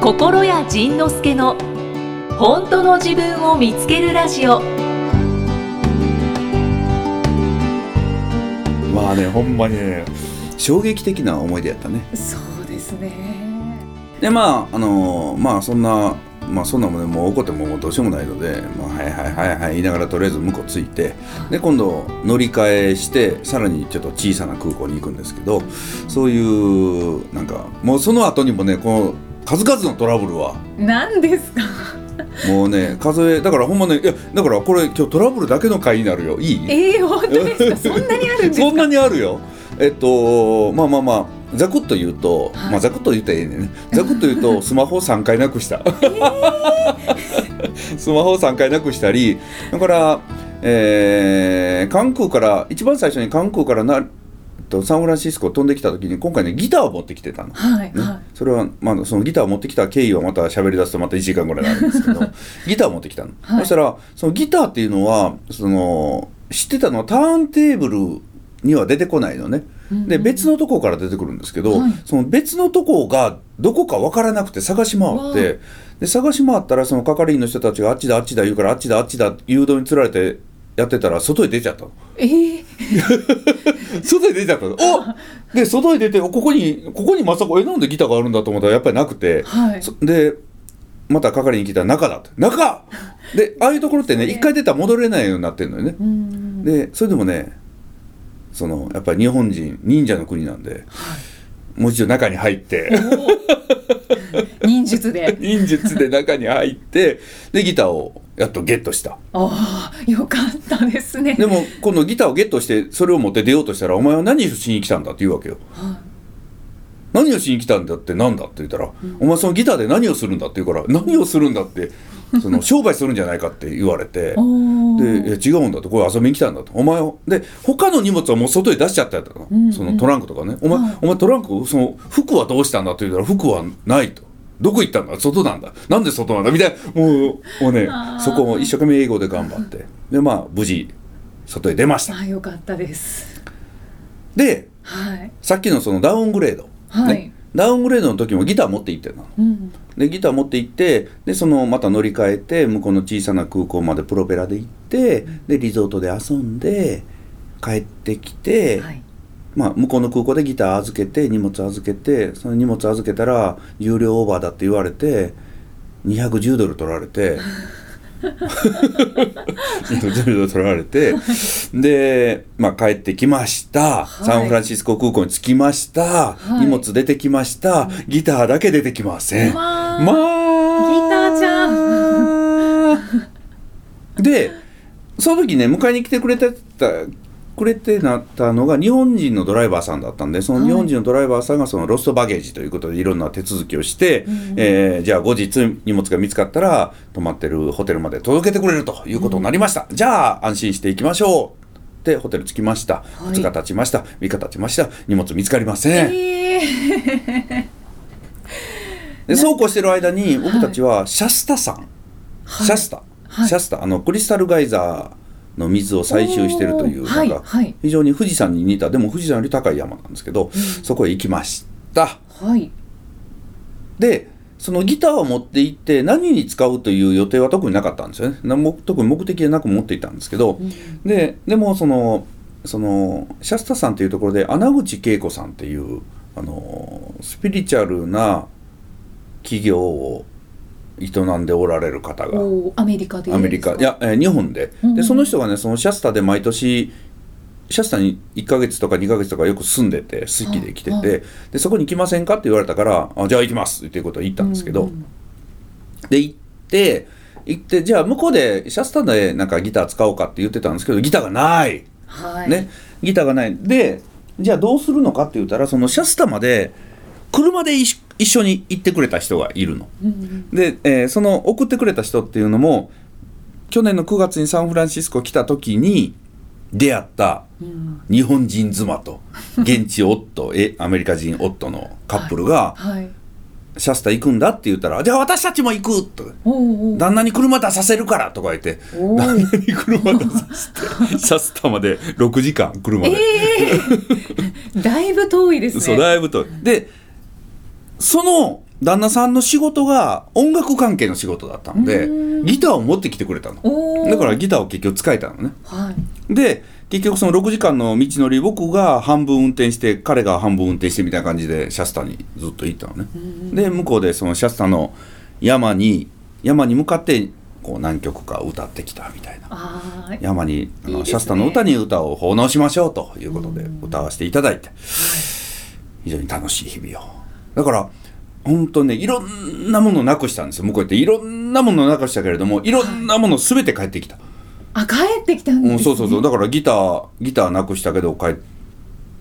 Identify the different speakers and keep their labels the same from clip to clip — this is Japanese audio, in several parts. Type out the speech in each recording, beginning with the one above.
Speaker 1: 心谷仁之助の本当の自分を見つけるラジオ
Speaker 2: まあねほんまにね衝撃的な思い出やったね
Speaker 3: そうですね。
Speaker 2: でまああのーまあそんなまあそんなもんねもう怒ってももうどうしようもないので、まあ、はいはいはいはい言いながらとりあえず向こう着いてで今度乗り換えしてさらにちょっと小さな空港に行くんですけどそういうなんかもうその後にもねこの数々のトラブルは
Speaker 3: 何ですか。
Speaker 2: もうね数えだからほんまねいやだからこれ今日トラブルだけの回になるよいい
Speaker 3: ええー、本 当ですか。そんなにあるんです
Speaker 2: そん
Speaker 3: か。
Speaker 2: なにあるよ。えっとまあまあまあざくっと言うと、
Speaker 3: はい
Speaker 2: まあざくっと言ったらええねんね。ざくっと言う とスマホを3回なくした。スマホを3回なくしたり、だから、えー、関空から一番最初に関空からなとサンフランシスコ飛んできた時に今回ねギターを持ってきてたの。
Speaker 3: はい
Speaker 2: ね
Speaker 3: は
Speaker 2: それは、まあ、そのギターを持ってきた経緯はまた喋り出すとまた1時間ぐらいになるんですけど ギターを持ってきたの、
Speaker 3: はい
Speaker 2: そしたらそのギターっていうのはその知ってたのはターンテーブルには出てこないのね
Speaker 3: い。
Speaker 2: で別のとこから出てくるんですけど、
Speaker 3: はい
Speaker 2: その別のとこがどこか分からなくて探し回っ
Speaker 3: わ
Speaker 2: てで探し回ったらその係員の人たちがあっちだあっちだ言うからあっちだあっちだ誘導につられてやってたら外へ出ちゃったの。
Speaker 3: ええ
Speaker 2: 外へ出ち ゃったのおで外へ出ておここにここにまさかえなんでギターがあるんだと思ったらやっぱりなくて、
Speaker 3: はい。
Speaker 2: そでまた係に来たら中だって中でああいうところってね
Speaker 3: そうね
Speaker 2: 一回出たら戻れないようになってるのよね
Speaker 3: う、ん。
Speaker 2: でそれでもねそのやっぱり日本人忍者の国なんで、もう一度中に入って
Speaker 3: 忍術で。
Speaker 2: 忍術で中に入ってでギターをやっとゲットした
Speaker 3: ああ、よかったですね。
Speaker 2: でも今度ギターをゲットしてそれを持って出ようとしたら「お前は何をしに来たんだ」って言うわけよ
Speaker 3: は
Speaker 2: 何をしに来たんだってなんだって言ったら、お前そのギターで何をするんだって言うから何をするんだってその商売するんじゃないかって言われて
Speaker 3: い。おお。
Speaker 2: でいや違うんだとこれ遊びに来たんだとお前をで他の荷物はもう外へ出しちゃったやつだと
Speaker 3: うんうん
Speaker 2: そのトランクとかねお前,、
Speaker 3: はい
Speaker 2: お前トランクその服はどうしたんだって言ったら服はないと。どこ行ったんだ外なんだなんで外なんだみたいなもうもうね
Speaker 3: あー
Speaker 2: そこを一生懸命英語で頑張ってでまあ無事外へ出ました
Speaker 3: あ、よかったです。
Speaker 2: で
Speaker 3: はい。
Speaker 2: さっきのそのダウングレード、
Speaker 3: はい
Speaker 2: ねダウングレードの時もギター持って行ってたの
Speaker 3: うん。
Speaker 2: でギター持って行ってでそのまた乗り換えて向こうの小さな空港までプロペラで行ってでリゾートで遊んで帰ってきて、
Speaker 3: はい。
Speaker 2: まあ、向こうの空港でギター預けて荷物預けてその荷物預けたら有料オーバーだって言われて210ドル取られて210ドル取られてで、まあ、帰ってきました、
Speaker 3: はい
Speaker 2: サンフランシスコ空港に着きました、
Speaker 3: は
Speaker 2: 荷
Speaker 3: い
Speaker 2: 物出てきましたギターだけ出てきません。
Speaker 3: まあ。
Speaker 2: まあ
Speaker 3: ギターちゃ
Speaker 2: んでその時ね迎えに来てくれてたくれてなったのが日本人のドライバーさんだったんでその日本人のドライバーさんがそのロストバゲージということでいろんな手続きをして、
Speaker 3: うん
Speaker 2: えーじゃあ後日荷物が見つかったら泊まってるホテルまで届けてくれるということになりました、じゃあ安心していきましょうでホテル着きました、
Speaker 3: い
Speaker 2: 2日経ちました3日経ちました荷物見つかりません、
Speaker 3: ええ
Speaker 2: でそうこうしてる間に僕たちはシャスタさん、
Speaker 3: はい
Speaker 2: シャスタ、
Speaker 3: はい
Speaker 2: シャスタあのクリスタルガイザーの水を採集してるという
Speaker 3: おーはい
Speaker 2: なんか
Speaker 3: はい
Speaker 2: 非常に富士山に似たでも富士山より高い山なんですけど、そこへ行きました
Speaker 3: はい。
Speaker 2: でそのギターを持って行って何に使うという予定は特になかったんですよねなも特に目的はなく持っていたんですけど、ででもそのそのシャスタさんというところで穴口恵子さんっていうあのスピリチュアルな企業を営んでおられる方が
Speaker 3: おお、アメリカで
Speaker 2: アメリカいや、えー日本で,、
Speaker 3: うんうんう
Speaker 2: で
Speaker 3: ん
Speaker 2: その人がねそのシャスタで毎年シャスタに1ヶ月とか2ヶ月とかよく住んでて好きで来て
Speaker 3: はいは
Speaker 2: てでそこに来ませんかって言われたからあじゃあ行きますっていうことを言ったんですけど、
Speaker 3: うう
Speaker 2: で行って行ってじゃあ向こうでシャスタでなんかギター使おうかって言ってたんですけどギターがない、
Speaker 3: はい。
Speaker 2: ねギターがないでじゃあどうするのかって言ったらそのシャスタまで車で一緒一緒に行ってくれた人がいるの。
Speaker 3: うんうん。
Speaker 2: で、えーその送ってくれた人っていうのも去年の9月にサンフランシスコ来た時に出会った
Speaker 3: うん
Speaker 2: 日本人妻 と現地夫えアメリカ人夫のカップルが
Speaker 3: はい。
Speaker 2: 「シャスタ行くんだ」って言ったら「じゃあ私たちも行く」と
Speaker 3: おうお
Speaker 2: 「
Speaker 3: う。
Speaker 2: 旦那に車出させるから」とか言って
Speaker 3: お
Speaker 2: 旦
Speaker 3: ー
Speaker 2: 那に車出させ てシャスタまで6時間車
Speaker 3: え
Speaker 2: で。
Speaker 3: えだいぶ遠いですね。
Speaker 2: そうだいぶとでその旦那さんの仕事が音楽関係の仕事だったので
Speaker 3: うん
Speaker 2: ギターを持ってきてくれたの
Speaker 3: おお。
Speaker 2: だからギターを結局使えたのね
Speaker 3: はい。
Speaker 2: で結局その6時間の道のり僕が半分運転して彼が半分運転してみたいな感じでシャスタにずっと行ったのね、で向こうでそのシャスタの山に山に向かってこう何曲か歌ってきたみたいな
Speaker 3: ああ。
Speaker 2: 山にあの
Speaker 3: いいですね
Speaker 2: シャスタの歌に歌を奉納しましょうということで歌わせていただいて、非常に楽しい日々をだから本当ねいろんなものなくしたんですよ向こうやっていろんなものなくしたけれどもいろんなもの全て帰ってきた、
Speaker 3: あ、帰ってきたんです、
Speaker 2: う
Speaker 3: ね。
Speaker 2: ん、そうそうそうだからギターギターなくしたけど帰っ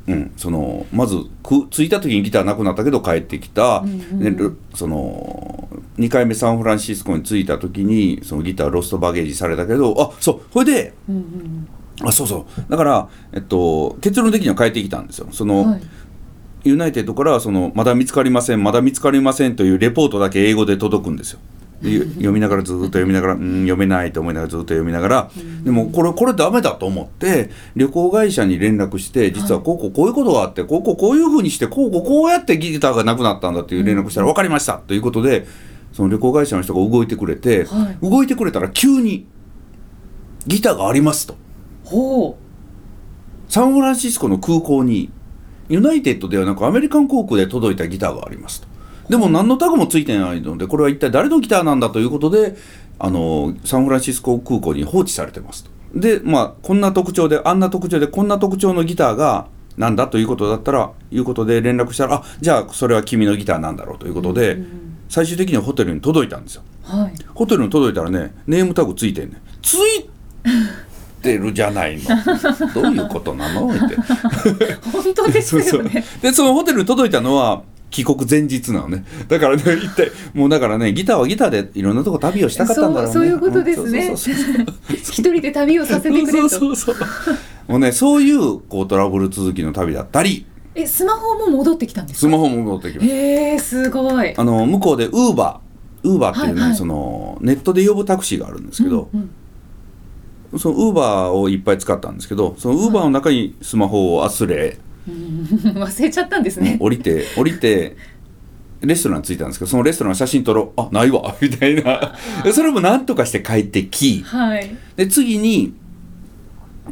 Speaker 2: うん、そのまずく着いた時にギターなくなったけど帰ってきた、
Speaker 3: うんうん
Speaker 2: でルその2回目サンフランシスコに着いた時にそのギターロストバゲージされたけどあそうそれで
Speaker 3: うんうん
Speaker 2: あそうそうだから、えっと、結論的には変えてきたんですよそ
Speaker 3: うん。
Speaker 2: の、
Speaker 3: はい。
Speaker 2: ユナイテッドからその「まだ見つかりませんまだ見つかりません」というレポートだけ英語で届くんですよ。でゆ読みながらずっと読みながら「うん読めない」と思いながらずっと読みながらでもこれこれダメだと思って旅行会社に連絡して実はこうこうこういうことがあってこうこうこういうふうにしてこうこうこうやってギターがなくなったんだっていう連絡したら「分かりました」ということでその旅行会社の人が動いてくれて
Speaker 3: はい
Speaker 2: 動いてくれたら急に「ギターがあります」と。
Speaker 3: ほ
Speaker 2: サンフランシスコの空港にユナイテッドではなくアメリカン航空で届いたギターがありますとでも何のタグもついてないのでこれは一体誰のギターなんだということであのサンフランシスコ空港に放置されてますとでまあこんな特徴であんな特徴でこんな特徴のギターがなんだということだったらいうことで連絡したらあじゃあそれは君のギターなんだろうということで、
Speaker 3: う。うん
Speaker 2: 最終的にはホテルに届いたんですよ
Speaker 3: はい。
Speaker 2: ホテルに届いたらねネームタグついてんねんついてるじゃないのどういうことなのって
Speaker 3: 本当ですよね。
Speaker 2: で そのホテルに届いたのは帰国前日なのねだからね 一体もうだからねギターはギターでいろんなとこ旅をしたかったんだろうね
Speaker 3: そうそういうことですね
Speaker 2: うんそうそうそうそう
Speaker 3: 一人で旅をさせてくれ
Speaker 2: そう
Speaker 3: る
Speaker 2: そ
Speaker 3: と。
Speaker 2: うそうもうねそういうこうトラブル続きの旅だったり
Speaker 3: え、スマホも戻ってきたんです
Speaker 2: ス
Speaker 3: か。
Speaker 2: マホも戻ってきました
Speaker 3: へえ、すごい。
Speaker 2: あの向こうでウーバーウーバーっていうね、
Speaker 3: はいはい
Speaker 2: そのネットで呼ぶタクシーがあるんですけど、
Speaker 3: うんうん
Speaker 2: そのウーバーをいっぱい使ったんですけどそのウーバーの中にスマホを忘れ、
Speaker 3: うん 忘れちゃったんですね。
Speaker 2: 降りて降りてレストラン着いたんですけどそのレストランの写真撮ろうあないわ みたいなでそれもなんとかして帰ってき
Speaker 3: はい。
Speaker 2: で次に、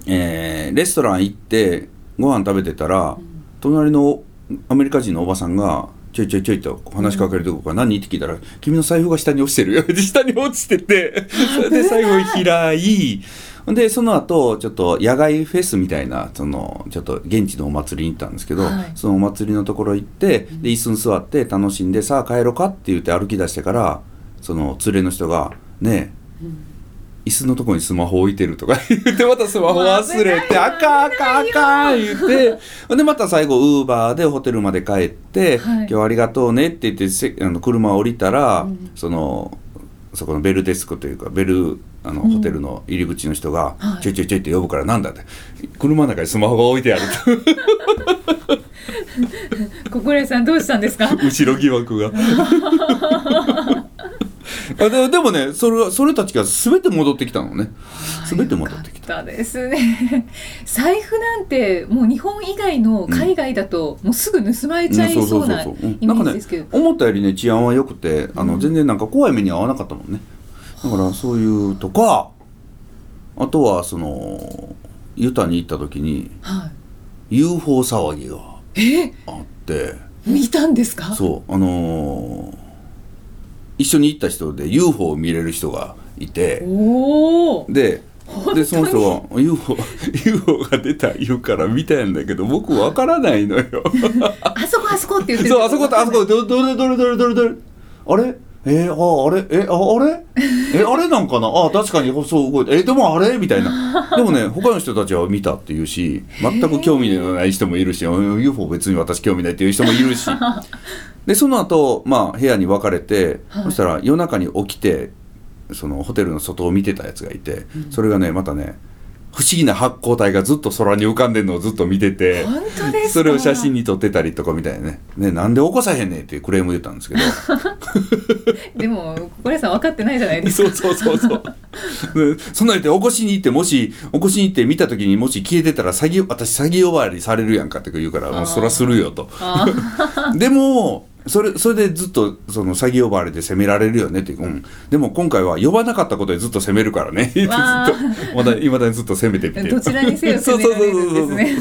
Speaker 2: えーレストラン行ってご飯食べてたら隣のアメリカ人のおばさんがちょいちょいちょいと話しかけるとこから何って聞いたら「君の財布が下に落ちてるよ」で 下に落ちててそれで財布開いでその後ちょっと野外フェスみたいなそのちょっと現地のお祭りに行ったんですけど、
Speaker 3: はい
Speaker 2: そのお祭りのところ行ってで椅子に座って楽しんで「さあ帰ろうか」って言って歩き出してからその連れの人が「ねえ椅子のとこにスマホ置いてるとか 言ってまたスマホ忘れて「あかんあかんあかん」言ってほんでまた最後ウーバーでホテルまで帰って「
Speaker 3: はい
Speaker 2: 今日ありがとうね」って言ってせあの車を降りたら、
Speaker 3: うん
Speaker 2: そのそこのベルデスクというかベルあの
Speaker 3: うん
Speaker 2: ホテルの入り口の人が「
Speaker 3: はい
Speaker 2: ちょいちょいちょい」って呼ぶからなんだって車の中にスマホが置いてあると
Speaker 3: 心得さんどうしたんですか。
Speaker 2: 後ろ疑惑が。 あででもねそれはそれたちが全て戻ってきたのね全て戻ってきた。
Speaker 3: よかったですね。 財布なんてもう日本以外の海外だともうすぐ盗まれちゃいそうなイ
Speaker 2: ん
Speaker 3: メージですけど
Speaker 2: なん。かね思ったよりね治安は良くてあの、
Speaker 3: うん
Speaker 2: 全然なんか怖い目に遭わなかったもんねだからそういうとかあとはそのユタに行った時に
Speaker 3: は
Speaker 2: UFO 騒ぎが
Speaker 3: い。え、
Speaker 2: あって
Speaker 3: 見たんですか。
Speaker 2: そうあのー一緒に行った人で UFO を見れる人がいて
Speaker 3: おお。
Speaker 2: で
Speaker 3: 本当
Speaker 2: で
Speaker 3: に
Speaker 2: その人は UFO, UFO が出た言うから見たんだけど僕わからないのよ。
Speaker 3: あそこあそこって言ってる。
Speaker 2: そう、あそことあそこ、ど、どれどれどれどれどれ。あれえーあ、あれえ、あ、あれえ、あれ なんかなあ、確かに、そう動いて。え、でもあれみたい な。でもね、他の人たちは見たっていうし、全く興味のない人もいるし、うん UFO 別に私興味ないっていう人もい るし。で、その後、まあ、部屋に分かれて、
Speaker 3: はい
Speaker 2: そしたら夜中に起きて、そのホテルの外を見てたやつがいて、それがね、またね、不思議な発光体がずっと空に浮かんでるのをずっと見てて。
Speaker 3: 本当ですか。
Speaker 2: それを写真に撮ってたりとかみたいなねねなんで起こさへんねんっていうクレーム出たん ですけど
Speaker 3: でも心得さん分かってないじゃないですか。
Speaker 2: そうそうそうそうでそんなん言って起こしに行ってもし起こしに行って見た時にもし消えてたら詐欺私詐欺呼ばわりされるやんかって言うからもうそらするよと
Speaker 3: あー
Speaker 2: でもそれそれでずっとその詐欺呼ばわりで責められるよねって、うん、でも今回は呼ばなかったことでずっと責めるからねってずっと
Speaker 3: わ
Speaker 2: まだいまだにずっと責めてみて
Speaker 3: どちらにせよ攻められるんですね。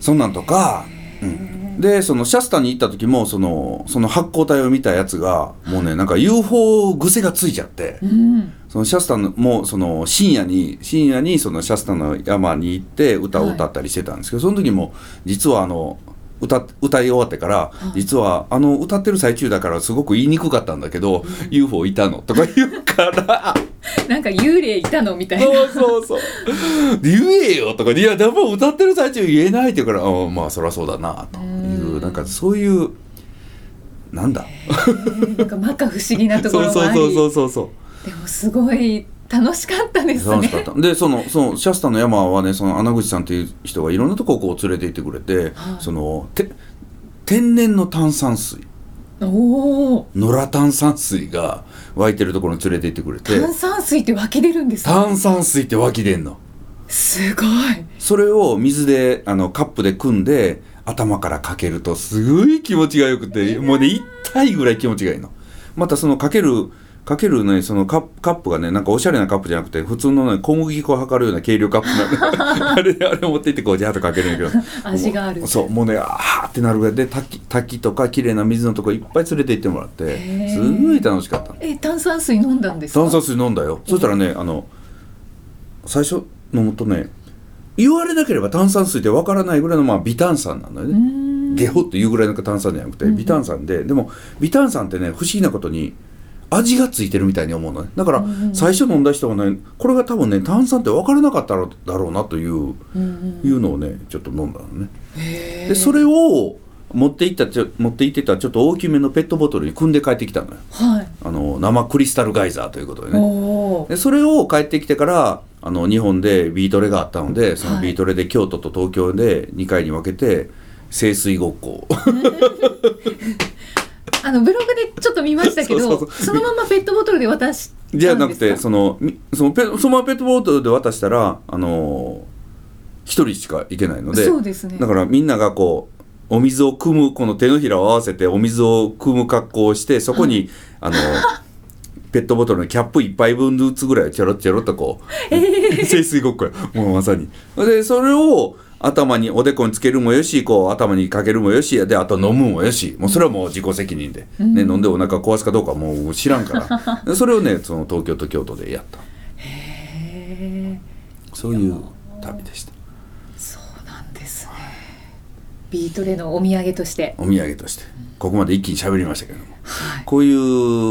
Speaker 2: そんなんとか、うん、でそのシャスタに行った時もそのその発光体を見たやつがもうねなんか UFO 癖がついちゃって、
Speaker 3: うん
Speaker 2: そのシャスタのもうその深夜に深夜にそのシャスタの山に行って歌を歌ったりしてたんですけど、その時も実はあの歌歌い終わってから、
Speaker 3: い
Speaker 2: 実はあの歌ってる最中だからすごく言いにくかったんだけど、UFO いたのとか言うから
Speaker 3: なんか幽霊いたのみたいな。
Speaker 2: そうそうそう言えよとかいやでも歌ってる最中言えないって言うからあまあそりゃそうだなという
Speaker 3: うん
Speaker 2: なんかそういうなんだ
Speaker 3: なんか摩訶不思議なとこ
Speaker 2: そう
Speaker 3: ろも
Speaker 2: そう
Speaker 3: あ
Speaker 2: そうそう
Speaker 3: り、
Speaker 2: そうそう
Speaker 3: でもすごい楽しかったです
Speaker 2: 楽しかっ
Speaker 3: ね。
Speaker 2: たでそのそのシャスタの山はねその穴口さんっていう人がいろんなとこをこう連れて行ってくれて、
Speaker 3: はい
Speaker 2: そのて天然の炭酸水
Speaker 3: おお、
Speaker 2: 野良炭酸水が湧いてるところに連れて行ってくれて
Speaker 3: 炭酸水って湧き出るんですか。
Speaker 2: 炭酸水って湧き出んの
Speaker 3: すごい。
Speaker 2: それを水であのカップで組んで頭からかけるとすごい気持ちがよくてもうね痛いぐらい気持ちがいいのまたそのかけるかけるねそのカップカップがねなんかおしゃれなカップじゃなくて普通のね小麦粉を測るような軽量カップ なんであれあれ持って行ってこうジャーッとかけるんだけど
Speaker 3: 味がある
Speaker 2: そうもうねあーってなるぐらいで滝滝とか綺麗な水のとこいっぱい連れて行ってもらって
Speaker 3: へー
Speaker 2: すごい楽しかったの
Speaker 3: え、炭酸水飲んだんですか。
Speaker 2: 炭酸水飲んだよそしたらねあの最初飲むとね言われなければ炭酸水ってわからないぐらいの、まあ、微炭酸なのよ
Speaker 3: う
Speaker 2: ね、
Speaker 3: ん。
Speaker 2: ゲホっていうぐらいの炭酸じゃなくて
Speaker 3: うん
Speaker 2: 微炭酸で、でも微炭酸ってね不思議なことに味がついてるみたいに思うのねだから
Speaker 3: うん
Speaker 2: 最初飲んだ人はねこれが多分ね炭酸って分からなかったろだろうなという
Speaker 3: うんう
Speaker 2: い
Speaker 3: ん。
Speaker 2: うのをねちょっと飲んだのね
Speaker 3: へー
Speaker 2: でそれを持っていったちょ持っていってたちょっと大きめのペットボトルに汲んで帰ってきたのよ
Speaker 3: はい。
Speaker 2: あの生クリスタルガイザーということでね
Speaker 3: おお。
Speaker 2: でそれを帰ってきてからあの日本でビートレがあったのでそのビートレで京都と東京で2回に分けて清水ごっこ
Speaker 3: あのブログでちょっと見ましたけ
Speaker 2: そうそ
Speaker 3: ど、
Speaker 2: うそう
Speaker 3: そのままペットボトルで渡し。
Speaker 2: じゃなくて。そのみそのペそのままペットボトルで渡したらあの1人しか行けないので
Speaker 3: そうですね。
Speaker 2: だからみんながこうお水を汲むこの手のひらを合わせてお水を汲む格好をしてそこに、あのペットボトルのキャップ1杯分ずつぐらいをちょろちょろっとこう、 清水ごっこやもうまさに。でそれを頭におでこにつけるもよしこう頭にかけるもよしであと飲むもよしもうそれはもう自己責任で、ね
Speaker 3: うん
Speaker 2: 飲んでお腹壊すかどうかはもう知らんからでそれをねその東京と京都でやった
Speaker 3: へえ。
Speaker 2: そういう旅でした
Speaker 3: そうなんですね。ビートレのお土産として。
Speaker 2: お土産としてここまで一気に喋りましたけども。
Speaker 3: はい。
Speaker 2: こうい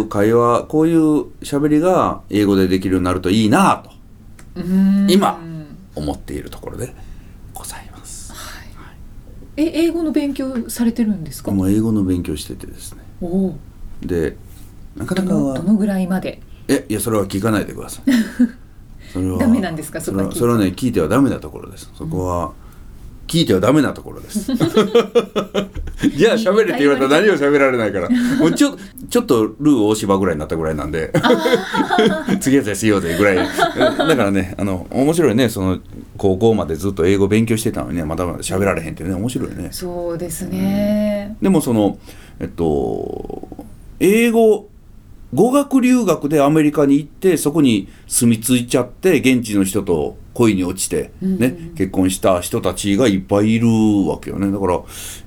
Speaker 2: う会話こういう喋りが英語でできるようになるといいなと
Speaker 3: うーん
Speaker 2: 今思っているところでございます。
Speaker 3: え英語の勉強されてるんですか。
Speaker 2: もう英語の勉強しててですね
Speaker 3: おお。
Speaker 2: でなか
Speaker 3: ど
Speaker 2: なか
Speaker 3: の
Speaker 2: は
Speaker 3: どのぐらいまで。
Speaker 2: えいやそれは聞かないでくだ さい。それは
Speaker 3: ダメなんですかそ
Speaker 2: そ
Speaker 3: こは
Speaker 2: れ
Speaker 3: 聞い
Speaker 2: は
Speaker 3: て
Speaker 2: それはね聞いてはダメなところです。そこは、聞いてはダメなところ です。じゃあ喋れって言われたら何を喋られない から。もうちょちょっとルー大芝ぐらいになったぐらいなんで。 次は絶対しようぜぐらい。だからねあの面白いねその高校までずっと英語勉強してたのにねまだまだ喋られへんってね面白いね。
Speaker 3: そうですね。
Speaker 2: でもそのえっと英語語学留学でアメリカに行ってそこに住み着いちゃって現地の人と恋に落ちて、
Speaker 3: うんうん
Speaker 2: ね結婚した人たちがいっぱいいるわけよねだから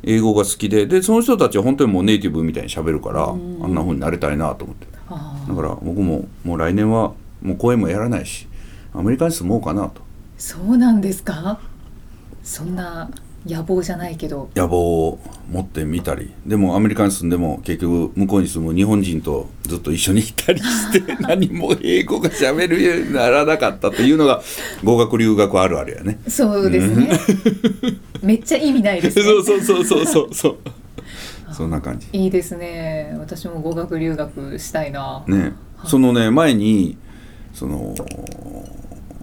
Speaker 2: 英語が好きででその人たちは本当にもうネイティブみたいに喋るから、
Speaker 3: うん
Speaker 2: あんな風になりたいなと思ってだ
Speaker 3: ああ
Speaker 2: から僕ももう来年はもう公演もやらないしアメリカに住もうかなと
Speaker 3: そうなんですか。そんな野望じゃないけど。
Speaker 2: 野望を持ってみたりでもアメリカに住んでも結局向こうに住む日本人とずっと一緒にいたりして 何も英語が喋るようにならなかったっていうのが語学留学あるあるやね。
Speaker 3: そうですね。めっちゃ意味ないです
Speaker 2: そ
Speaker 3: ね。
Speaker 2: うそうそうそうそうそうそんな感じ。
Speaker 3: いいですね。私も語学留学したいな。
Speaker 2: ねそのね前にその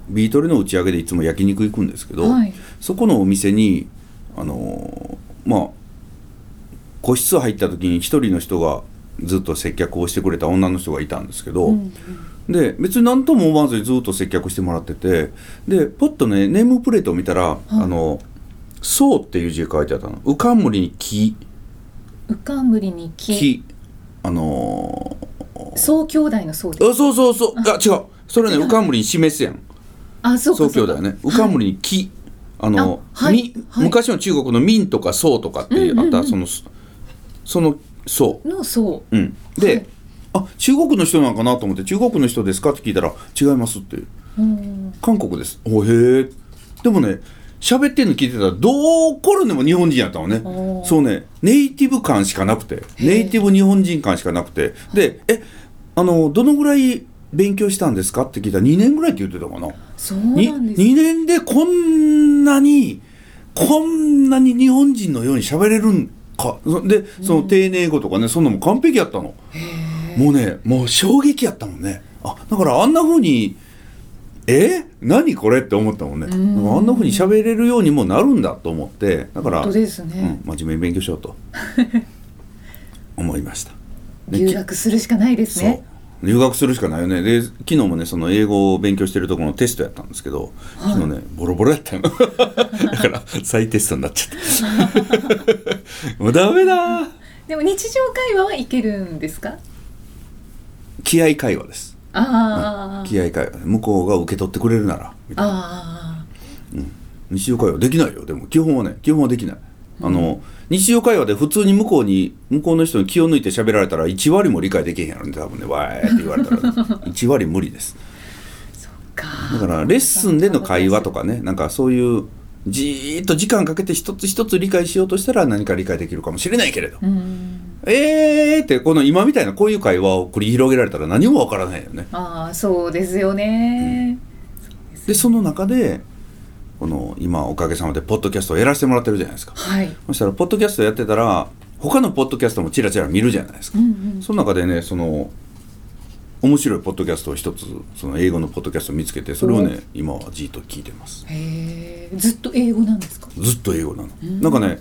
Speaker 2: ビートルの打ち上げでいつも焼肉行くんですけど、
Speaker 3: はい
Speaker 2: そこのお店にあのまあ個室入った時に一人の人がずっと接客をしてくれた女の人がいたんですけど、
Speaker 3: うんうん
Speaker 2: で別に何とも思わずにずっと接客してもらっててでポッとねネームプレートを見たら「あのそう」っていう字が書いてあったの「浮かんむりに木」
Speaker 3: 浮かんぶりに木
Speaker 2: 木あの
Speaker 3: 総兄弟の総で
Speaker 2: ー
Speaker 3: す
Speaker 2: あそうそうそうあ違うそれね浮かんむりに示すやん
Speaker 3: あそうか
Speaker 2: 宗教だよね浮かんむりに木あの
Speaker 3: あはい
Speaker 2: み
Speaker 3: はい
Speaker 2: 昔の中国の民とか宋とかって
Speaker 3: うんうんうん
Speaker 2: あったそのその宋
Speaker 3: の総
Speaker 2: うん
Speaker 3: は
Speaker 2: で
Speaker 3: い
Speaker 2: あ中国の人なんかなと思って中国の人ですかって聞いたら違いますって
Speaker 3: うん
Speaker 2: 韓国ですおへえでもね喋ってんの聞いてたらどうこれでも日本人やったのね
Speaker 3: おー
Speaker 2: そうねネイティブ感しかなくてネイティブ日本人感しかなくてでえあのどのぐらい勉強したんですかって聞いたら2年ぐらいって言ってたかな
Speaker 3: そう
Speaker 2: に
Speaker 3: なんですね
Speaker 2: 2年でこんなにこんなに日本人のように喋れるんかそでその丁寧語とかねそんなもん完璧やったのもうねもう衝撃やったもんねあだからあんな風にえ何これって思ったもんね
Speaker 3: ん
Speaker 2: あんな風に喋れるようにもなるんだと思ってだから
Speaker 3: 本当ですね、
Speaker 2: うん、真面目に勉強しようと思いました。で
Speaker 3: 留学するしかないですね。
Speaker 2: そう留学するしかないよねで昨日もねその英語を勉強してるところのテストやったんですけど、昨日ねボロボロや ったよだから再テストになっちゃった もうダメだ
Speaker 3: でも日常会話はいけるんですか。
Speaker 2: 気合会話です
Speaker 3: ああ、
Speaker 2: 気合会話向こうが受け取ってくれるならみたいな
Speaker 3: ああ、
Speaker 2: 日常会話できないよでも基本はね基本はできないあの、日常会話で普通に向こうに向こうの人に気を抜いて喋られたら1割も理解できへんやろね多分ねわーって言われたら 1割無理です
Speaker 3: か。
Speaker 2: だからレッスンでの会話とかねなんかそういうじーっと時間かけて一つ一つ理解しようとしたら何か理解できるかもしれないけれど、
Speaker 3: うん、
Speaker 2: えーってこの今みたいなこういう会話を繰り広げられたら何もわからないよね
Speaker 3: ああ、そうですよね。
Speaker 2: でその中でこの今おかげさまでポッドキャストをやらせてもらってるじゃないですか
Speaker 3: はい。
Speaker 2: そしたらポッドキャストやってたら他のポッドキャストもちらちら見るじゃないです
Speaker 3: う
Speaker 2: か、
Speaker 3: んうん。
Speaker 2: その中でねその面白いポッドキャストを一つその英語のポッドキャストを見つけてそれをね今はじーっと聞いてます
Speaker 3: へえ、ずっと英語なんですか。
Speaker 2: ずっと英語なの、
Speaker 3: ん
Speaker 2: なんかね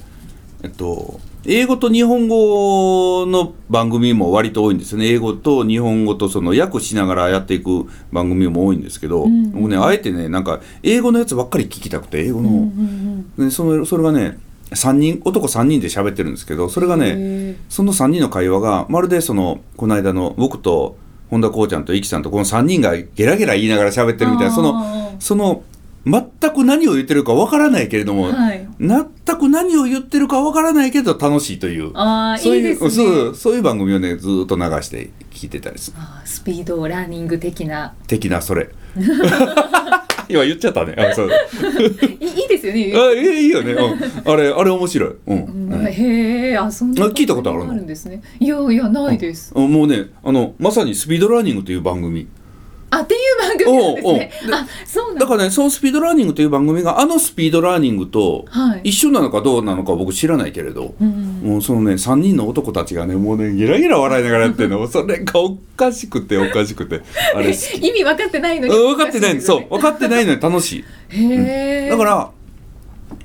Speaker 2: えっと英語と日本語の番組も割と多いんですよね英語と日本語とその訳しながらやっていく番組も多いんですけど、
Speaker 3: うん
Speaker 2: 僕ねあえてねなんか英語のやつばっかり聞きたくて英語
Speaker 3: う
Speaker 2: の、
Speaker 3: んうん
Speaker 2: でそのそれがね3人男3人で喋ってるんですけどそれが
Speaker 3: うん。
Speaker 2: ね
Speaker 3: へえ
Speaker 2: その3人の会話がまるでそのこの間の僕と本田こうちゃんとイキさんとこの3人がゲラゲラ言いながら喋ってるみたいなその
Speaker 3: あー
Speaker 2: その全く何を言ってるかわからないけれども、
Speaker 3: はい。
Speaker 2: 全く何を言ってるかわからないけど楽しいという
Speaker 3: ああ、
Speaker 2: そう
Speaker 3: いい
Speaker 2: い
Speaker 3: で
Speaker 2: う
Speaker 3: す
Speaker 2: そ
Speaker 3: ね
Speaker 2: う。そういう番組をねずーっと流して聞いてたりする
Speaker 3: あースピードラーニング的な。
Speaker 2: 的なそれ 今言っちゃったね あそうあ
Speaker 3: いいいですよね。
Speaker 2: いいいいよね、うんあれあれ面白い、うん
Speaker 3: うん
Speaker 2: うん
Speaker 3: へえ、あ、そんな
Speaker 2: あ聞いたことあるの
Speaker 3: んですね。いやいや、ないです。
Speaker 2: あもうねあのまさにスピードラーニングという番組
Speaker 3: あっていう番組なんですね。あ、そうなん
Speaker 2: だ
Speaker 3: だ。
Speaker 2: からねそのスピードラーニングという番組があのスピードラーニングと
Speaker 3: はい
Speaker 2: 一緒なのかどうなのか僕知らないけれど、
Speaker 3: うん。
Speaker 2: もうそのね3人の男たちがねもうねギラギラ笑いながらやってるのそれがおかしくておかしくてあ れ好き
Speaker 3: 意味分かってないのに。
Speaker 2: 分かってないの
Speaker 3: ですよ
Speaker 2: そ
Speaker 3: ね
Speaker 2: う分かってないのに楽しい
Speaker 3: へえ。
Speaker 2: だか。ら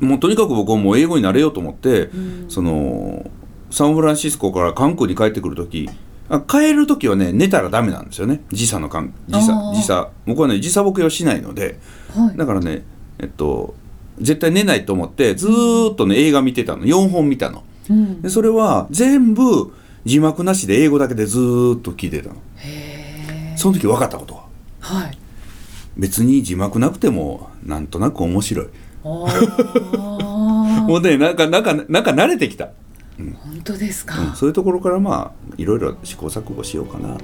Speaker 2: もうとにかく僕はもう英語になれようと思って、
Speaker 3: ん
Speaker 2: そのサンフランシスコから韓国に帰ってくる時あ帰る時はね寝たらダメなんですよね時差の関時
Speaker 3: あ
Speaker 2: 差
Speaker 3: ー
Speaker 2: 時差僕はね時差ボケをしないので
Speaker 3: はい。
Speaker 2: だからねえっと絶対寝ないと思ってずーっとね映画見てたの4本見たの
Speaker 3: うん。
Speaker 2: でそれは全部字幕なしで英語だけでずーっと聞いてたの
Speaker 3: へえ。
Speaker 2: その時分かったことは
Speaker 3: はい。
Speaker 2: 別に字幕なくてもなんとなく面白い
Speaker 3: ああ。
Speaker 2: もうねなんかなんかなんか慣れてきた
Speaker 3: 本当ですか。
Speaker 2: うん、そういうところからまあいろいろ試行錯誤しようかなとっ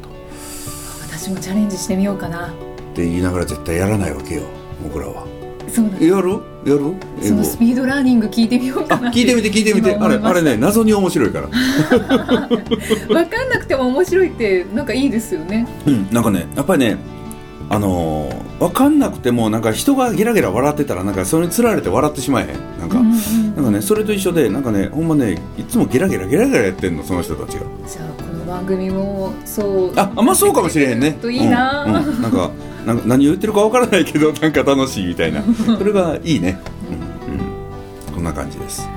Speaker 3: 私もチャレンジしてみようかな。
Speaker 2: て言いながら絶対やらないわけよ僕らは
Speaker 3: そうなんです。
Speaker 2: やるやる英
Speaker 3: その
Speaker 2: 語
Speaker 3: スピードラーニング聞いてみよう
Speaker 2: あ
Speaker 3: かな。
Speaker 2: 聞いてみて聞いてみてあ
Speaker 3: 今思
Speaker 2: れ
Speaker 3: いま
Speaker 2: あ
Speaker 3: した
Speaker 2: れね謎に面白いから
Speaker 3: 分かんなくても面白いってなんかいいですよね。
Speaker 2: うんなんかねやっぱりねあのー、分かんなくてもなんか人がゲラゲラ笑ってたらなんかそれにつられて笑ってしまえへんなんか、
Speaker 3: うんうん
Speaker 2: なんかねそれと一緒でなんかねほんまねいつもゲラゲラゲラゲラやってんのその人たちが
Speaker 3: じゃあこの番組もそう。
Speaker 2: ああまあそうかもしれへんね
Speaker 3: といいな
Speaker 2: うんうんなんかなんか何を言ってるかわからないけどなんか楽しいみたい なそれがいいね、うんうん、こんな感じです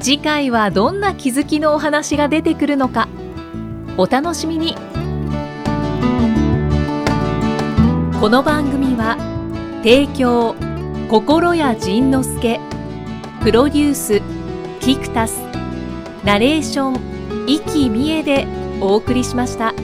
Speaker 1: 次回はどんな気づきのお話が出てくるのかお楽しみにこの番組は提供心谷仁之助プロデュースキクタスナレーション生きみえでお送りしました。